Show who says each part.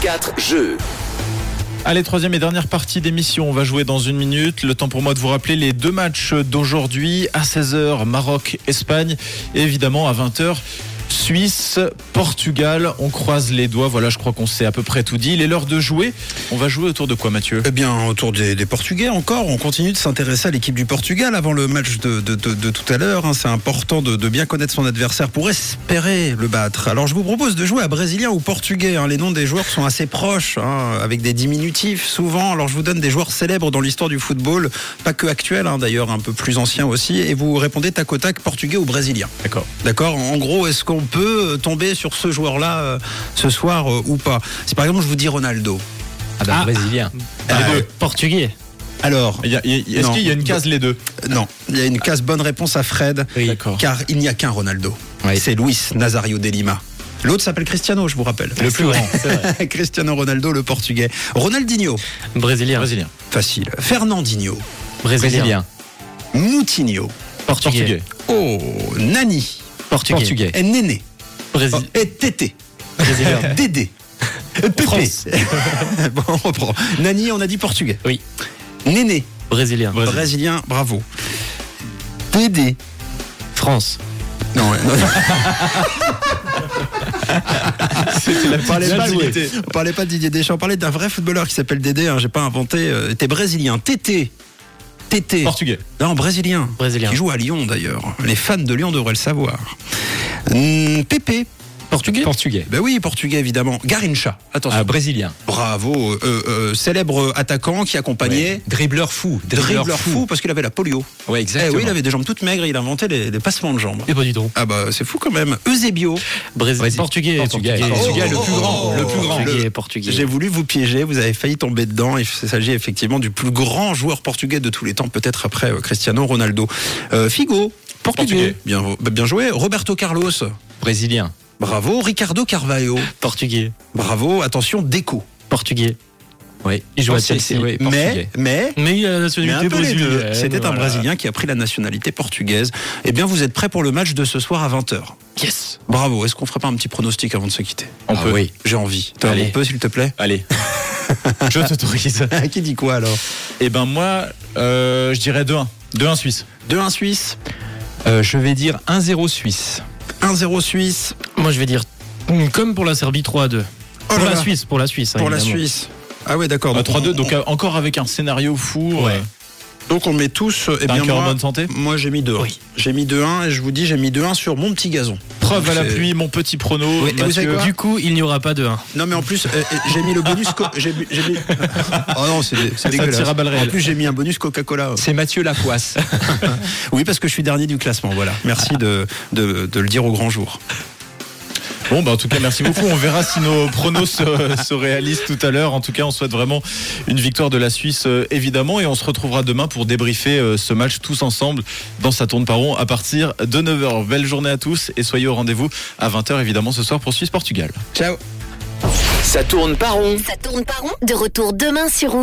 Speaker 1: 4 jeux.
Speaker 2: Allez, troisième et dernière partie d'émission. On va jouer dans une minute. Le temps pour moi de vous rappeler les deux matchs d'aujourd'hui. À 16h, Maroc, Espagne. Et évidemment, à 20h, Suisse, Portugal. On croise les doigts. Voilà, je crois qu'on s'est à peu près tout dit. Il est l'heure de jouer. On va jouer autour de quoi, Mathieu
Speaker 3: Eh bien, autour des, des Portugais encore, on continue de s'intéresser à l'équipe du Portugal avant le match de, de- de- de tout à l'heure. hein. C'est important de, de bien connaître son adversaire pour espérer le battre. Alors, je vous propose de jouer à Brésilien ou Portugais. hein. Les noms des joueurs sont assez proches, hein, avec des diminutifs souvent. Alors, je vous donne des joueurs célèbres dans l'histoire du football, pas que actuels, hein, d'ailleurs, un peu plus anciens aussi. Et vous répondez tac au tac, Portugais ou Brésilien.
Speaker 2: D'accord.
Speaker 3: D'accord En gros, est-ce qu'on peut euh, tomber sur ce joueur-là euh, ce soir euh, ou pas Si par exemple je vous dis Ronaldo.
Speaker 4: Ah bah, brésilien.
Speaker 3: Euh,
Speaker 4: Portugais.
Speaker 3: alors,
Speaker 2: Il y a- il y a- Est-ce
Speaker 3: Non.
Speaker 2: qu'il y a une case, les deux
Speaker 3: euh, non, il y a une case bonne réponse à Fred,
Speaker 4: Oui.
Speaker 2: D'accord.
Speaker 3: car il n'y a qu'un Ronaldo.
Speaker 4: Oui.
Speaker 3: C'est Luis Nazario de Lima. L'autre s'appelle Cristiano, je vous rappelle.
Speaker 4: Le plus grand. c'est vrai.
Speaker 3: Cristiano Ronaldo, le portugais. Ronaldinho,
Speaker 4: Brésilien.
Speaker 2: Brésilien.
Speaker 3: facile. Fernandinho,
Speaker 4: Brésilien.
Speaker 3: Moutinho.
Speaker 2: Portugais.
Speaker 3: Oh, Nani,
Speaker 4: Portugais.
Speaker 2: Portugais.
Speaker 3: et Néné,
Speaker 4: Brésil-
Speaker 3: et Tété,
Speaker 4: Brésilien.
Speaker 3: Dédé, Pépé.
Speaker 4: France.
Speaker 3: bon, on reprend. Nani, on a dit portugais.
Speaker 4: Oui.
Speaker 3: Néné,
Speaker 4: Brésilien.
Speaker 3: brésilien, bravo. Dédé.
Speaker 4: France.
Speaker 3: Non, non, non.
Speaker 2: La
Speaker 3: On parlait,
Speaker 2: petite
Speaker 3: pas
Speaker 2: jouée.
Speaker 3: de, on parlait pas de Didier Deschamps, on parlait d'un vrai footballeur qui s'appelle Dédé, hein, j'ai pas inventé. Euh, T'es brésilien, Tété. Tété.
Speaker 2: Portugais.
Speaker 3: Non, brésilien.
Speaker 4: Brésilien.
Speaker 3: Qui joue à Lyon d'ailleurs. Les fans de Lyon devraient le savoir. Hum, Pépé.
Speaker 4: Portugais.
Speaker 5: Portugais.
Speaker 3: Ben oui, portugais évidemment. Garincha. Attention.
Speaker 5: Ah, brésilien.
Speaker 3: Bravo. euh, euh, célèbre attaquant qui accompagnait.
Speaker 5: Dribbleur fou.
Speaker 3: Dribbleur fou. parce qu'il avait la polio.
Speaker 5: Ouais, exactement.
Speaker 3: Eh oui, il avait des jambes toutes maigres, il inventait les, les passements de jambes.
Speaker 4: Et pas du tout.
Speaker 3: Ah bah c'est fou quand même. Eusebio.
Speaker 4: Brésil.
Speaker 5: Brésil.
Speaker 4: Portugais.
Speaker 5: Portugais.
Speaker 3: Portugais,
Speaker 5: le plus grand. Le plus grand.
Speaker 4: Portugais.
Speaker 3: Le-
Speaker 4: Portugais.
Speaker 3: oh, J'ai voulu vous piéger, vous avez failli tomber dedans. Il s'agit effectivement du plus grand joueur portugais de tous les temps, peut-être après euh, Cristiano Ronaldo. Euh, Figo, portugais.
Speaker 5: Portugais.
Speaker 3: Bien, bah, bien joué. Roberto Carlos,
Speaker 5: Brésilien.
Speaker 3: bravo. Ricardo Carvalho,
Speaker 4: Portugais.
Speaker 3: bravo. Attention, Deco.
Speaker 4: Portugais.
Speaker 5: Oui.
Speaker 4: Il joue à
Speaker 5: Portugais,
Speaker 4: Chelsea.
Speaker 5: oui,
Speaker 3: Mais,
Speaker 5: portugais.
Speaker 3: mais.
Speaker 4: Mais il a la
Speaker 3: mais un
Speaker 4: nationalité
Speaker 3: peu les deux.
Speaker 4: brésilienne.
Speaker 3: C'était un
Speaker 4: voilà.
Speaker 3: Brésilien qui a pris la nationalité portugaise. Eh bien, vous êtes prêts pour le match de ce soir à 20h
Speaker 4: Yes.
Speaker 3: Bravo. Est-ce qu'on ferait pas un petit pronostic avant de se quitter
Speaker 2: On
Speaker 5: Ah
Speaker 2: peut.
Speaker 5: oui.
Speaker 3: J'ai envie. Tom,
Speaker 2: Allez.
Speaker 3: on peut, s'il te plaît
Speaker 2: Allez. je t'autorise.
Speaker 3: Qui dit quoi alors
Speaker 2: Eh ben moi, euh, je dirais 2-1. 2-1 Suisse.
Speaker 3: 2-1 Suisse,
Speaker 5: Euh, je vais dire 1-0 Suisse.
Speaker 3: 1-0 Suisse.
Speaker 4: Moi, je vais dire Hum, comme pour la Serbie 3 à 2.
Speaker 3: Oh
Speaker 4: pour
Speaker 3: là
Speaker 4: la
Speaker 3: là,
Speaker 4: Suisse, pour la Suisse. hein,
Speaker 3: Pour la
Speaker 4: évidemment.
Speaker 3: Suisse. Ah ouais, d'accord.
Speaker 2: Euh, 3-2,
Speaker 3: on-
Speaker 2: donc euh, encore avec un scénario fou.
Speaker 4: Ouais.
Speaker 2: euh,
Speaker 3: donc on met tous. euh, Eh
Speaker 2: T'as
Speaker 3: bien,
Speaker 2: un cœur en
Speaker 3: moi,
Speaker 2: bonne santé
Speaker 3: moi, j'ai mis 2-1.
Speaker 4: Oui.
Speaker 3: J'ai mis 2-1 et je vous dis, j'ai mis 2-1 sur mon petit gazon.
Speaker 2: Preuve à
Speaker 3: C'est-
Speaker 2: l'appui, mon petit prono.
Speaker 3: Oui, et vous savez
Speaker 2: Mathieu.
Speaker 3: quoi
Speaker 4: Du coup, il n'y aura pas de 1.
Speaker 3: Non, mais en plus, euh, euh, j'ai mis le bonus. co- j'ai mis- j'ai mis- Oh non, c'est c'est
Speaker 2: Ça
Speaker 3: dégueulasse.
Speaker 2: tire à balles
Speaker 3: En
Speaker 2: réelles.
Speaker 3: plus, j'ai mis un bonus Coca-Cola.
Speaker 5: C'est Mathieu Lapoisse.
Speaker 3: Oui, parce que je suis dernier du classement. Voilà. Merci de, de, de le dire au grand jour.
Speaker 2: Bon, bah, en tout cas, merci beaucoup. On verra si nos pronos se, se réalisent tout à l'heure. En tout cas, on souhaite vraiment une victoire de la Suisse, euh, évidemment. Et on se retrouvera demain pour débriefer euh, ce match tous ensemble dans sa tourne par rond à partir de 9h. Belle journée à tous et soyez au rendez-vous à 20h, évidemment, ce soir pour Suisse-Portugal.
Speaker 3: Ciao.
Speaker 1: Ça tourne pas rond.
Speaker 6: Ça tourne pas rond De retour demain sur Rouge.